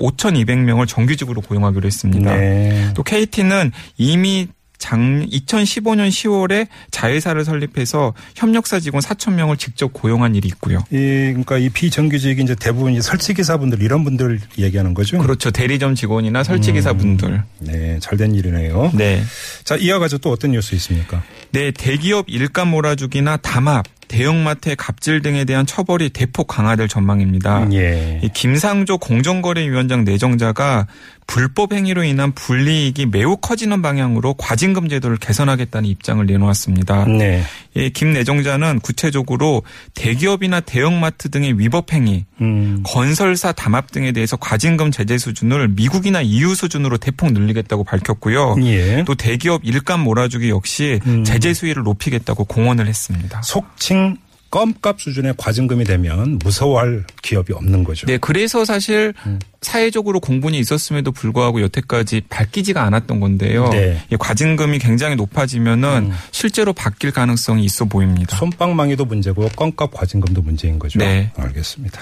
Speaker 5: 5,200명을 정규직으로 고용하기로 했습니다.
Speaker 1: 네.
Speaker 5: 또 KT는 이미 장 2015년 10월에 자회사를 설립해서 협력사 직원 4천 명을 직접 고용한 일이 있고요.
Speaker 1: 이 그러니까 이 비정규직이 이제 대부분 이 설치기사분들 이런 분들 얘기하는 거죠.
Speaker 5: 그렇죠. 대리점 직원이나 설치기사분들.
Speaker 1: 네, 잘된 음. 일이네요.
Speaker 5: 네.
Speaker 1: 자, 이어가지고 또 어떤 뉴스 있습니까?
Speaker 5: 네, 대기업 일감 몰아주기나 담합, 대형마트의 갑질 등에 대한 처벌이 대폭 강화될 전망입니다.
Speaker 1: 예.
Speaker 5: 이 김상조 공정거래위원장 내정자가 불법 행위로 인한 불이익이 매우 커지는 방향으로 과징금 제도를 개선하겠다는 입장을 내놓았습니다.
Speaker 1: 네.
Speaker 5: 예, 김 내정자는 구체적으로 대기업이나 대형마트 등의 위법 행위,
Speaker 1: 음.
Speaker 5: 건설사 담합 등에 대해서 과징금 제재 수준을 미국이나 EU 수준으로 대폭 늘리겠다고 밝혔고요.
Speaker 1: 예.
Speaker 5: 또 대기업 일감 몰아주기 역시
Speaker 1: 음.
Speaker 5: 제재 수위를 높이겠다고 공언을 했습니다.
Speaker 1: 속칭 껌값 수준의 과징금이 되면 무서워할 기업이 없는 거죠. 음.
Speaker 5: 네, 그래서 사실 사회적으로 공분이 있었음에도 불구하고 여태까지 밝히지가 않았던 건데요.
Speaker 1: 네. 음.
Speaker 5: 이 과징금이 굉장히 높아지면은 실제로 바뀔 가능성이 있어 보입니다.
Speaker 1: 손방망이도 문제고 껌값 과징금도 문제인 거죠.
Speaker 5: 네.
Speaker 1: 알겠습니다.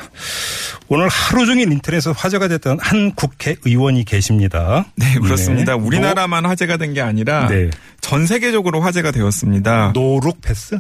Speaker 1: 오늘 하루 종일 인터넷에서 화제가 됐던 한 국회의원이 계십니다.
Speaker 5: 네, 그렇습니다.
Speaker 1: 네.
Speaker 5: 우리나라만 화제가 된 게 아니라
Speaker 1: 네.
Speaker 5: 전 세계적으로 화제가 되었습니다.
Speaker 1: 노, 노룩 패스?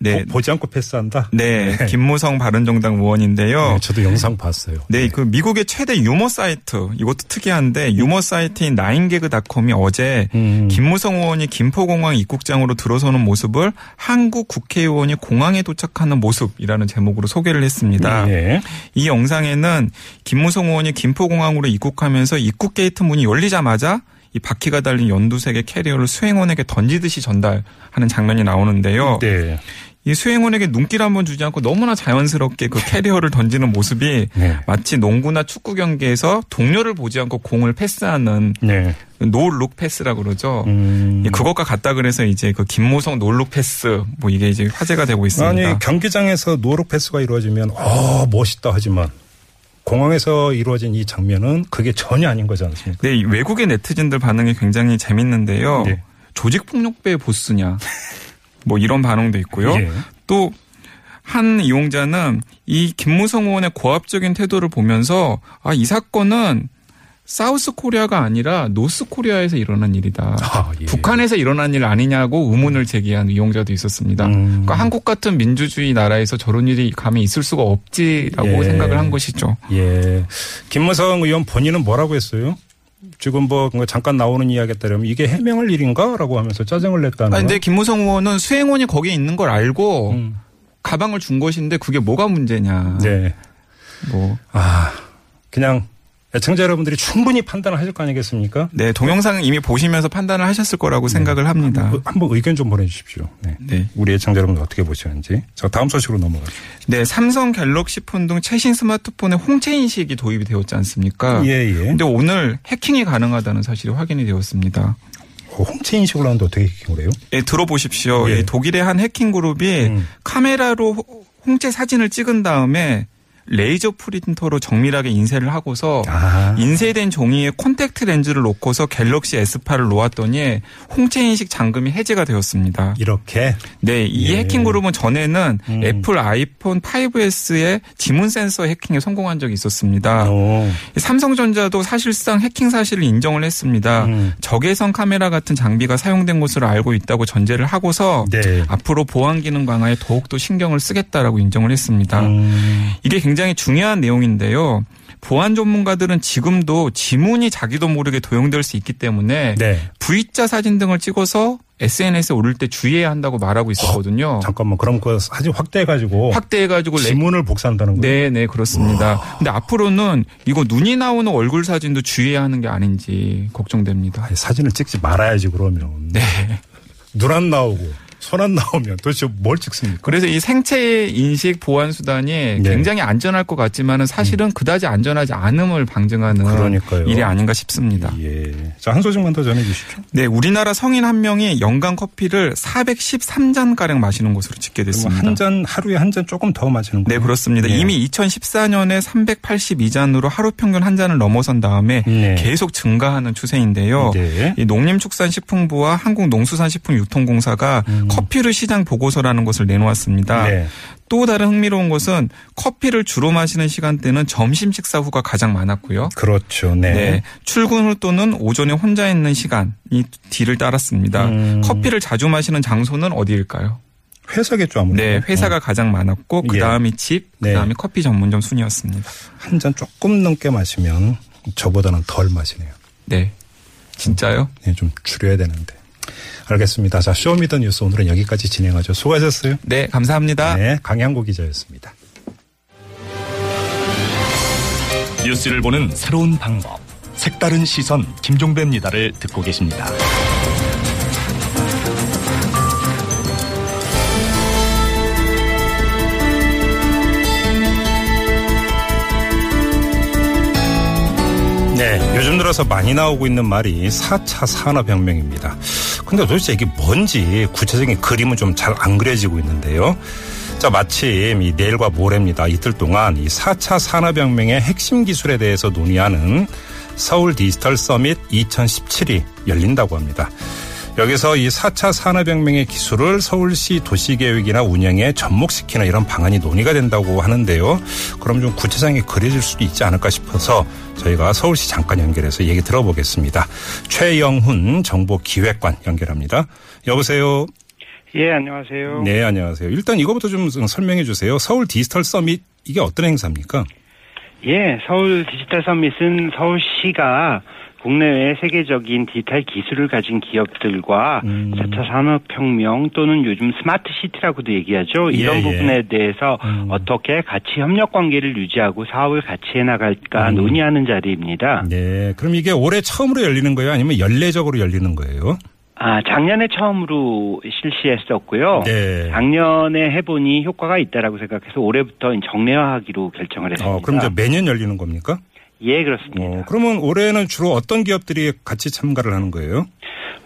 Speaker 5: 네.
Speaker 1: 보, 지 않고 패스한다.
Speaker 5: 네, 김무성 바른정당 의원인데요.
Speaker 1: 네, 저도 영상 봤어요.
Speaker 5: 네, 그 미국의 최대 유머 사이트 이것도 특이한데 유머 사이트인 나인개그닷컴이 어제
Speaker 1: 음.
Speaker 5: 김무성 의원이 김포공항 입국장으로 들어서는 모습을 한국 국회의원이 공항에 도착하는 모습이라는 제목으로 소개를 했습니다.
Speaker 1: 네.
Speaker 5: 이 영상에는 김무성 의원이 김포공항으로 입국하면서 입국 게이트 문이 열리자마자 이 바퀴가 달린 연두색의 캐리어를 수행원에게 던지듯이 전달하는 장면이 나오는데요.
Speaker 1: 네.
Speaker 5: 이 수행원에게 눈길 한번 주지 않고 너무나 자연스럽게 그 캐리어를 던지는 모습이
Speaker 1: 네.
Speaker 5: 마치 농구나 축구 경기에서 동료를 보지 않고 공을 패스하는
Speaker 1: 네.
Speaker 5: 노룩 패스라고 그러죠.
Speaker 1: 음.
Speaker 5: 예, 그것과 같다 그래서 이제 그 김무성 노룩 패스 뭐 이게 이제 화제가 되고 있습니다.
Speaker 1: 아니 경기장에서 노룩 패스가 이루어지면 어 멋있다 하지만 공항에서 이루어진 이 장면은 그게 전혀 아닌 거지 않습니까?
Speaker 5: 네, 이 외국의 네티즌들 반응이 굉장히 재밌는데요.
Speaker 1: 네.
Speaker 5: 조직 폭력배의 보스냐. 뭐 이런 반응도 있고요.
Speaker 1: 예.
Speaker 5: 또 한 이용자는 이 김무성 의원의 고압적인 태도를 보면서 아, 이 사건은 사우스 코리아가 아니라 노스 코리아에서 일어난 일이다.
Speaker 1: 아, 예.
Speaker 5: 북한에서 일어난 일 아니냐고 의문을 제기한 이용자도 있었습니다.
Speaker 1: 음.
Speaker 5: 그러니까 한국 같은 민주주의 나라에서 저런 일이 감히 있을 수가 없지라고
Speaker 1: 예.
Speaker 5: 생각을 한 것이죠.
Speaker 1: 예. 김무성 의원 본인은 뭐라고 했어요? 지금 뭐 잠깐 나오는 이야기에 따르면 이게 해명할 일인가라고 하면서 짜증을 냈다는.
Speaker 5: 아 근데
Speaker 1: 거.
Speaker 5: 김무성 의원은 수행원이 거기에 있는 걸 알고
Speaker 1: 음.
Speaker 5: 가방을 준 것인데 그게 뭐가 문제냐.
Speaker 1: 네.
Speaker 5: 뭐
Speaker 1: 아 음. 네. 그냥 애청자 여러분들이 충분히 판단을 하실 거 아니겠습니까?
Speaker 5: 네, 동영상 이미 보시면서 판단을 하셨을 거라고 생각을 합니다.
Speaker 1: 음. 뭐 한번 의견 좀 보내주십시오. 네.
Speaker 5: 네.
Speaker 1: 우리 애청자 여러분들 어떻게 보시는지. 자, 다음 소식으로 넘어가죠.
Speaker 5: 네, 삼성 갤럭시 폰 등 최신 스마트폰에 홍채 인식이 도입이 되었지 않습니까?
Speaker 1: 예, 예.
Speaker 5: 근데 오늘 해킹이 가능하다는 사실이 확인이 되었습니다.
Speaker 1: 어, 홍채 인식으로 하는데 어떻게 해킹을 해요?
Speaker 5: 예, 들어보십시오.
Speaker 1: 예.
Speaker 5: 이 독일의 한 해킹 그룹이
Speaker 1: 음.
Speaker 5: 카메라로 호- 홍채 사진을 찍은 다음에 레이저 프린터로 정밀하게 인쇄를 하고서
Speaker 1: 아.
Speaker 5: 인쇄된 종이에 콘택트 렌즈를 놓고서 갤럭시 S8을 놓았더니 홍채 인식 잠금이 해제가 되었습니다.
Speaker 1: 이렇게.
Speaker 5: 네, 이
Speaker 1: 예.
Speaker 5: 해킹 그룹은 전에는
Speaker 1: 음.
Speaker 5: 애플 아이폰 5S의 지문 센서 해킹에 성공한 적이 있었습니다.
Speaker 1: 어.
Speaker 5: 삼성전자도 사실상 해킹 사실을 인정을 했습니다.
Speaker 1: 음.
Speaker 5: 적외선 카메라 같은 장비가 사용된 것으로 알고 있다고 전제를 하고서
Speaker 1: 네.
Speaker 5: 앞으로 보안 기능 강화에 더욱더 신경을 쓰겠다라고 인정을 했습니다.
Speaker 1: 음.
Speaker 5: 이게 굉장히 중요한 내용인데요. 보안 전문가들은 지금도 지문이 자기도 모르게 도용될 수 있기 때문에
Speaker 1: 네.
Speaker 5: V자 사진 등을 찍어서 SNS에 올릴 때 주의해야 한다고 말하고 있었거든요.
Speaker 1: 잠깐만. 그럼 그 사진 확대해가지고.
Speaker 5: 어. 확대해가지고 레-
Speaker 1: 지문을 복사한다는 거예요?
Speaker 5: 네, 네, 그렇습니다. 근데 앞으로는 이거 눈이 나오는 얼굴 사진도 주의해야 하는 게 아닌지 걱정됩니다.
Speaker 1: 아니, 사진을 찍지 말아야지, 그러면.
Speaker 5: 네.
Speaker 1: 눈 안 나오고, 손 안 나오면 도대체 뭘 찍습니까?
Speaker 5: 그래서 이 생체 인식 보안 수단이
Speaker 1: 네. 음.
Speaker 5: 굉장히 안전할 것 같지만은 사실은 그다지 안전하지 않음을 방증하는
Speaker 1: 그러니까요.
Speaker 5: 일이 아닌가 싶습니다.
Speaker 1: 예. 자, 한 소식만 더 전해주시죠.
Speaker 5: 네, 우리나라 성인 한 명이 연간 커피를 413잔 가량 마시는 것으로 집계됐습니다.
Speaker 1: 한 잔, 하루에 한 잔 조금 더 마시는 거예요?
Speaker 5: 네, 그렇습니다.
Speaker 1: 예.
Speaker 5: 이미 2014년에 382잔으로 하루 평균 한 잔을 넘어선 다음에
Speaker 1: 네.
Speaker 5: 계속 증가하는 추세인데요.
Speaker 1: 네.
Speaker 5: 이 농림축산식품부와 한국농수산식품유통공사가 커피를 시장 보고서라는 것을 내놓았습니다.
Speaker 1: 음. 네.
Speaker 5: 또 다른 흥미로운 것은 커피를 주로 마시는 시간대는 점심 식사 후가 가장 많았고요.
Speaker 1: 그렇죠. 네.
Speaker 5: 네. 출근 후 또는 오전에 혼자 있는 시간이 뒤를 따랐습니다.
Speaker 1: 음.
Speaker 5: 커피를 자주 마시는 장소는 어디일까요?
Speaker 1: 회사겠죠, 아무래도. 어,
Speaker 5: 네, 회사가 가장 많았고 그 다음이 집, 그
Speaker 1: 예. 네.
Speaker 5: 다음이 커피 전문점 순이었습니다.
Speaker 1: 한 잔 조금 넘게 마시면 저보다는 덜 마시네요.
Speaker 5: 네, 진짜요?
Speaker 1: 네, 좀 줄여야 되는데. 알겠습니다. 자, 쇼미더 뉴스 오늘은 여기까지 진행하죠. 수고하셨어요.
Speaker 5: 네, 감사합니다.
Speaker 1: 네, 강양구 기자였습니다.
Speaker 6: 뉴스를 보는 새로운 방법. 색다른 시선 김종배입니다를 듣고 계십니다.
Speaker 1: 네, 요즘 들어서 많이 나오고 있는 말이 4차 산업혁명입니다. 근데 도대체 이게 뭔지 구체적인 그림은 좀 잘 안 그려지고 있는데요. 자, 마침 이 내일과 모레입니다. 이틀 동안 이 4차 산업혁명의 핵심 기술에 대해서 논의하는 서울 디지털 서밋 2017이 열린다고 합니다. 여기서 이 4차 산업혁명의 기술을 서울시 도시계획이나 운영에 접목시키는 이런 방안이 논의가 된다고 하는데요. 그럼 좀 구체적인 그려질 수도 있지 않을까 싶어서 저희가 서울시 잠깐 연결해서 얘기 들어보겠습니다. 최영훈 정보기획관 연결합니다. 여보세요.
Speaker 7: 예, 안녕하세요.
Speaker 1: 네, 안녕하세요. 일단 이거부터 좀 설명해 주세요. 서울 디지털 서밋 이게 어떤 행사입니까?
Speaker 7: 예, 서울 디지털 서밋은 서울시가 국내외 세계적인 디지털 기술을 가진 기업들과
Speaker 1: 음.
Speaker 7: 4차 산업혁명 또는 요즘 스마트 시티라고도 얘기하죠. 이런
Speaker 1: 예, 음. 예.
Speaker 7: 부분에 대해서 어떻게 같이 협력 관계를 유지하고 사업을 같이 해나갈까 논의하는 자리입니다.
Speaker 1: 음. 네. 그럼 이게 올해 처음으로 열리는 거예요? 아니면 연례적으로 열리는 거예요?
Speaker 7: 아, 작년에 처음으로 실시했었고요.
Speaker 1: 네.
Speaker 7: 작년에 해보니 효과가 있다라고 생각해서 올해부터 정례화하기로 결정을 했습니다.
Speaker 1: 어, 그럼 이제 매년 열리는 겁니까?
Speaker 7: 예, 그렇습니다.
Speaker 1: 어, 그러면 올해는 주로 어떤 기업들이 같이 참가를 하는 거예요?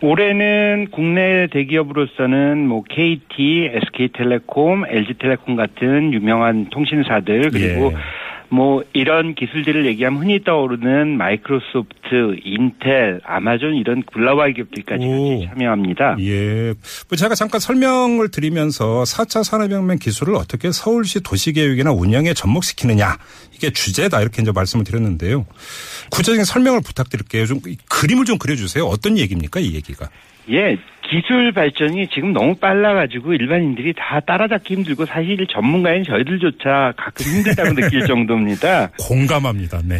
Speaker 7: 올해는 국내 대기업으로서는 뭐 KT, SK텔레콤, LG텔레콤 같은 유명한 통신사들 그리고
Speaker 1: 예.
Speaker 7: 뭐 이런 기술들을 얘기하면 흔히 떠오르는 마이크로소프트, 인텔, 아마존 이런 글로벌 기업들까지
Speaker 1: 오.
Speaker 7: 같이 참여합니다.
Speaker 1: 예. 뭐 제가 잠깐 설명을 드리면서 4차 산업혁명 기술을 어떻게 서울시 도시계획이나 운영에 접목시키느냐. 이게 주제다. 이렇게 이제 말씀을 드렸는데요. 구체적인 설명을 부탁드릴게요. 좀이 그림을 좀 그려주세요. 어떤 얘기입니까? 이 얘기가.
Speaker 7: 예, 기술 발전이 지금 너무 빨라가지고 일반인들이 다 따라잡기 힘들고 사실 전문가인 저희들조차 가끔 힘들다고 느낄 정도입니다.
Speaker 1: 공감합니다. 네.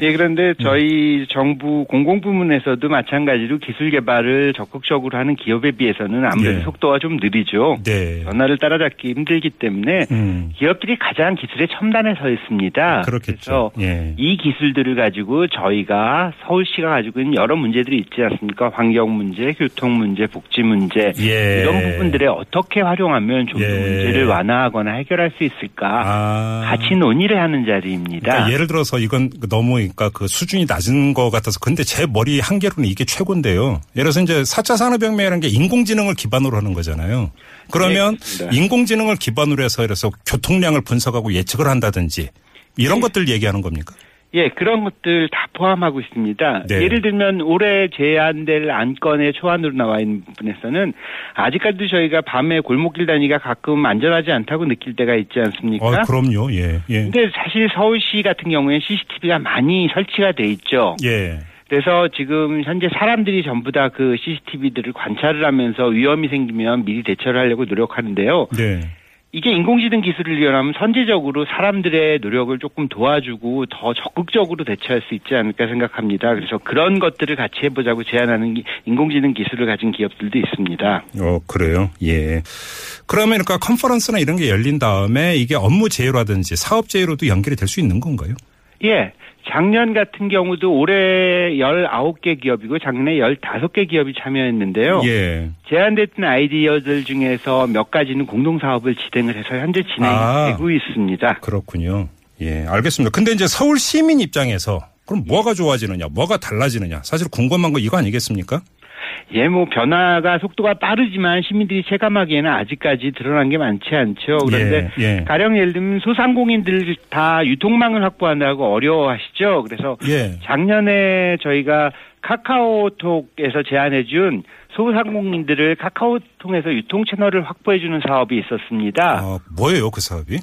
Speaker 7: 예, 그런데 저희 정부 공공 부문에서도 마찬가지로 기술 개발을 적극적으로 하는 기업에 비해서는 아무래도
Speaker 1: 예.
Speaker 7: 속도가 좀 느리죠.
Speaker 1: 네.
Speaker 7: 변화를 따라잡기 힘들기 때문에
Speaker 1: 음.
Speaker 7: 기업들이 가장 기술의 첨단에 서 있습니다.
Speaker 1: 그렇겠죠.
Speaker 7: 그래서
Speaker 1: 예.
Speaker 7: 이 기술들을 가지고 저희가 서울시가 가지고 있는 여러 문제들이 있지 않습니까? 환경 문제, 교통 문제, 복지 문제
Speaker 1: 예.
Speaker 7: 이런 부분들에 어떻게 활용하면 좀 더
Speaker 1: 예.
Speaker 7: 문제를 완화하거나 해결할 수 있을까?
Speaker 1: 아.
Speaker 7: 같이 논의를 하는 자리입니다.
Speaker 1: 그러니까 예를 들어서 이건 너무 그러니까 그 수준이 낮은 것 같아서 근데 제 머리 한계로는 이게 최고인데요. 예를 들어서 이제 4차 산업혁명이라는 게 인공지능을 기반으로 하는 거잖아요. 그러면
Speaker 7: 네, 그렇습니다.
Speaker 1: 인공지능을 기반으로 해서 그래서 교통량을 분석하고 예측을 한다든지 이런
Speaker 7: 네.
Speaker 1: 것들 얘기하는 겁니까?
Speaker 7: 예, 그런 것들 다 포함하고 있습니다.
Speaker 1: 네.
Speaker 7: 예를 들면 올해 제안될 안건의 초안으로 나와 있는 부분에서는 아직까지도 저희가 밤에 골목길 다니기가 가끔 안전하지 않다고 느낄 때가 있지 않습니까?
Speaker 1: 아, 그럼요. 예. 예.
Speaker 7: 근데 사실 서울시 같은 경우에는 CCTV가 많이 설치가 돼 있죠.
Speaker 1: 예.
Speaker 7: 그래서 지금 현재 사람들이 전부 다 그 CCTV들을 관찰을 하면서 위험이 생기면 미리 대처를 하려고 노력하는데요.
Speaker 1: 네.
Speaker 7: 이게 인공지능 기술을 이용하면 선제적으로 사람들의 노력을 조금 도와주고 더 적극적으로 대처할 수 있지 않을까 생각합니다. 그래서 그런 것들을 같이 해보자고 제안하는 이- 인공지능 기술을 가진 기업들도 있습니다.
Speaker 1: 어, 그래요? 예. 그러면 그러니까 컨퍼런스나 이런 게 열린 다음에 이게 업무 제휴라든지 사업 제휴로도 연결이 될 수 있는 건가요?
Speaker 7: 예. 작년 같은 경우도 올해 19개 기업이고 작년에 15개 기업이 참여했는데요.
Speaker 1: 예.
Speaker 7: 제안됐던 아이디어들 중에서 몇 가지는 공동사업을 진행을 해서 현재
Speaker 1: 아.
Speaker 7: 진행되고 있습니다.
Speaker 1: 그렇군요. 예, 알겠습니다. 근데 이제 서울 시민 입장에서 그럼 뭐가 좋아지느냐, 뭐가 달라지느냐. 사실 궁금한 거 이거 아니겠습니까?
Speaker 7: 예, 뭐 변화가 속도가 빠르지만 시민들이 체감하기에는 아직까지 드러난 게 많지 않죠. 그런데
Speaker 1: 예, 예.
Speaker 7: 가령 예를 들면 소상공인들 다 유통망을 확보한다고 어려워하시죠. 그래서
Speaker 1: 예.
Speaker 7: 작년에 저희가 카카오톡에서 제안해준 소상공인들을 카카오 통해서 유통 채널을 확보해주는 사업이 있었습니다.
Speaker 1: 아, 뭐예요, 그 사업이?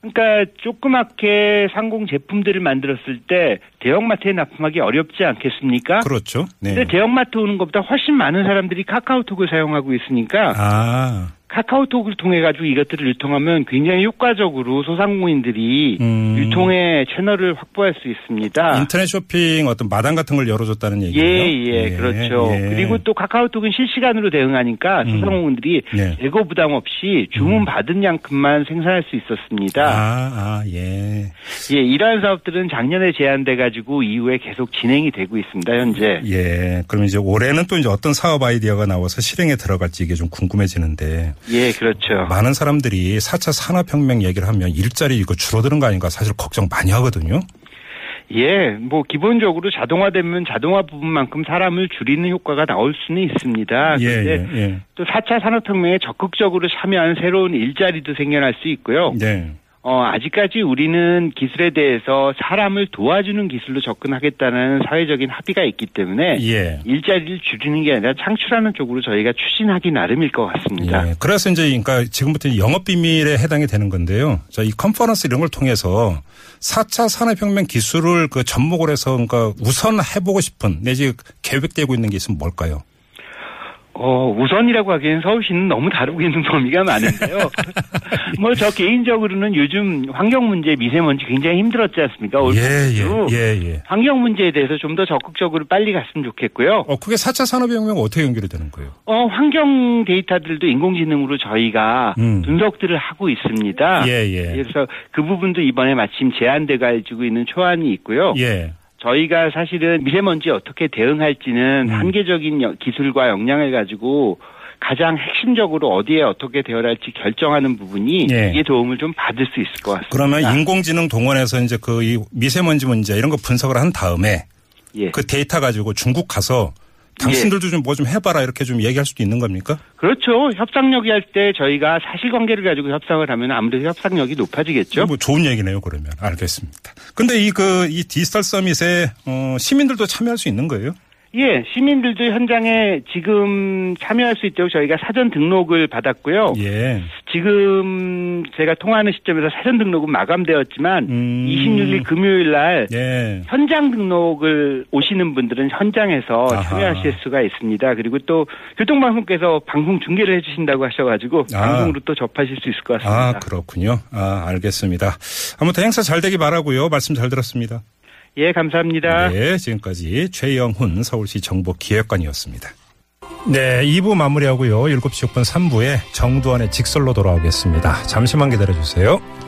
Speaker 7: 그러니까 조그맣게 상공 제품들을 만들었을 때 대형마트에 납품하기 어렵지 않겠습니까?
Speaker 1: 그렇죠. 네.
Speaker 7: 근데 대형마트 오는 것보다 훨씬 많은 사람들이 카카오톡을 사용하고 있으니까
Speaker 1: 아,
Speaker 7: 카카오톡을 통해 가지고 이것들을 유통하면 굉장히 효과적으로 소상공인들이
Speaker 1: 음.
Speaker 7: 유통의 채널을 확보할 수 있습니다.
Speaker 1: 인터넷 쇼핑 어떤 마당 같은 걸 열어줬다는
Speaker 7: 예,
Speaker 1: 얘기예요.
Speaker 7: 아. 예, 그렇죠.
Speaker 1: 예. 음.
Speaker 7: 그리고 또 카카오톡은 실시간으로 대응하니까 소상공인들이
Speaker 1: 예.
Speaker 7: 재고 부담 없이 주문 받은 양큼만 생산할 수
Speaker 1: 음. 아,
Speaker 7: 있었습니다.
Speaker 1: 아, 예.
Speaker 7: 예, 이러한 사업들은 작년에 제한돼 가지고 이후에 계속 진행이 되고 있습니다. 현재.
Speaker 1: 예. 그럼 이제 올해는 또 이제 어떤 사업 아이디어가 나와서 실행에 들어갈지 이게 좀 궁금해지는데
Speaker 7: 예, 그렇죠.
Speaker 1: 많은 사람들이 4차 산업혁명 얘기를 하면 일자리 이거 줄어드는 거 아닌가 사실 걱정 많이 하거든요.
Speaker 7: 예, 뭐 기본적으로 자동화되면 자동화 부분만큼 사람을 줄이는 효과가 나올 수는 있습니다.
Speaker 1: 예,
Speaker 7: 아, 그런데
Speaker 1: 예, 예.
Speaker 7: 또 4차 산업혁명에 적극적으로 참여한 새로운 일자리도 생겨날 수 있고요.
Speaker 1: 네.
Speaker 7: 어, 아직까지 우리는 기술에 대해서 사람을 도와주는 기술로 접근하겠다는 사회적인 합의가 있기 때문에
Speaker 1: 예.
Speaker 7: 일자리를 줄이는 게 아니라 창출하는 쪽으로 저희가 추진하기 나름일 것 같습니다.
Speaker 1: 예, 그래서 이제 그러니까 지금부터 영업 비밀에 해당이 되는 건데요. 자, 이 컨퍼런스 이런 걸 통해서 4차 산업혁명 기술을 그 접목을 해서 그러니까 우선 해보고 싶은 내지 계획되고 있는 게 있으면 뭘까요?
Speaker 7: 어, 우선이라고 하기엔 서울시는 너무 다루고 있는 범위가 많은데요. 뭐 저 개인적으로는 요즘 환경 문제 미세먼지 굉장히 힘들었지 않습니까? 올 봄에도
Speaker 1: 예.
Speaker 7: 환경 문제에 대해서 좀 더 적극적으로 빨리 갔으면 좋겠고요.
Speaker 1: 어, 그게 4차 산업혁명 어떻게 연결이 되는 거예요?
Speaker 7: 어, 환경 데이터들도 인공지능으로 저희가
Speaker 1: 음.
Speaker 7: 분석들을 하고 있습니다.
Speaker 1: 예, 예.
Speaker 7: 그래서 그 부분도 이번에 마침 제안돼 가지고 있는 초안이 있고요.
Speaker 1: 예.
Speaker 7: 저희가 사실은 미세먼지에 어떻게 대응할지는
Speaker 1: 음.
Speaker 7: 한계적인 여- 기술과 역량을 가지고 가장 핵심적으로 어디에 어떻게 대응할지 결정하는 부분이
Speaker 1: 예.
Speaker 7: 이게 도움을 좀 받을 수 있을 것 같습니다.
Speaker 1: 그러면 인공지능 동원해서 이제 그 이 미세먼지 문제 이런 거 분석을 한 다음에
Speaker 7: 예.
Speaker 1: 그 데이터 가지고 중국 가서 당신들도 좀 뭐 좀 해봐라 이렇게 좀 얘기할 수도 있는 겁니까?
Speaker 7: 그렇죠. 협상력이 할 때 저희가 사실관계를 가지고 협상을 하면 아무래도 협상력이 높아지겠죠.
Speaker 1: 뭐 좋은 얘기네요, 그러면. 알겠습니다. 근데 이 그, 이 디지털 서밋에, 어, 시민들도 참여할 수 있는 거예요?
Speaker 7: 예, 시민들도 현장에 지금 참여할 수 있도록 저희가 사전 등록을 받았고요.
Speaker 1: 예.
Speaker 7: 지금 제가 통화하는 시점에서 사전 등록은 마감되었지만
Speaker 1: 음.
Speaker 7: 26일 금요일 날
Speaker 1: 예.
Speaker 7: 현장 등록을 오시는 분들은 현장에서
Speaker 1: 아하.
Speaker 7: 참여하실 수가 있습니다. 그리고 또 교통방송께서 방송 중계를 해주신다고 하셔가지고
Speaker 1: 아. 그
Speaker 7: 방송으로 또 접하실 수 있을 것 같습니다.
Speaker 1: 아, 그렇군요. 아, 알겠습니다. 아무튼 행사 잘 되기 바라고요 말씀 잘 들었습니다.
Speaker 7: 예, 감사합니다.
Speaker 1: 네, 지금까지 최영훈 서울시 정보기획관이었습니다. 네, 2부 마무리하고요. 7시 6분 3부에 정두환의 직설로 돌아오겠습니다. 잠시만 기다려주세요.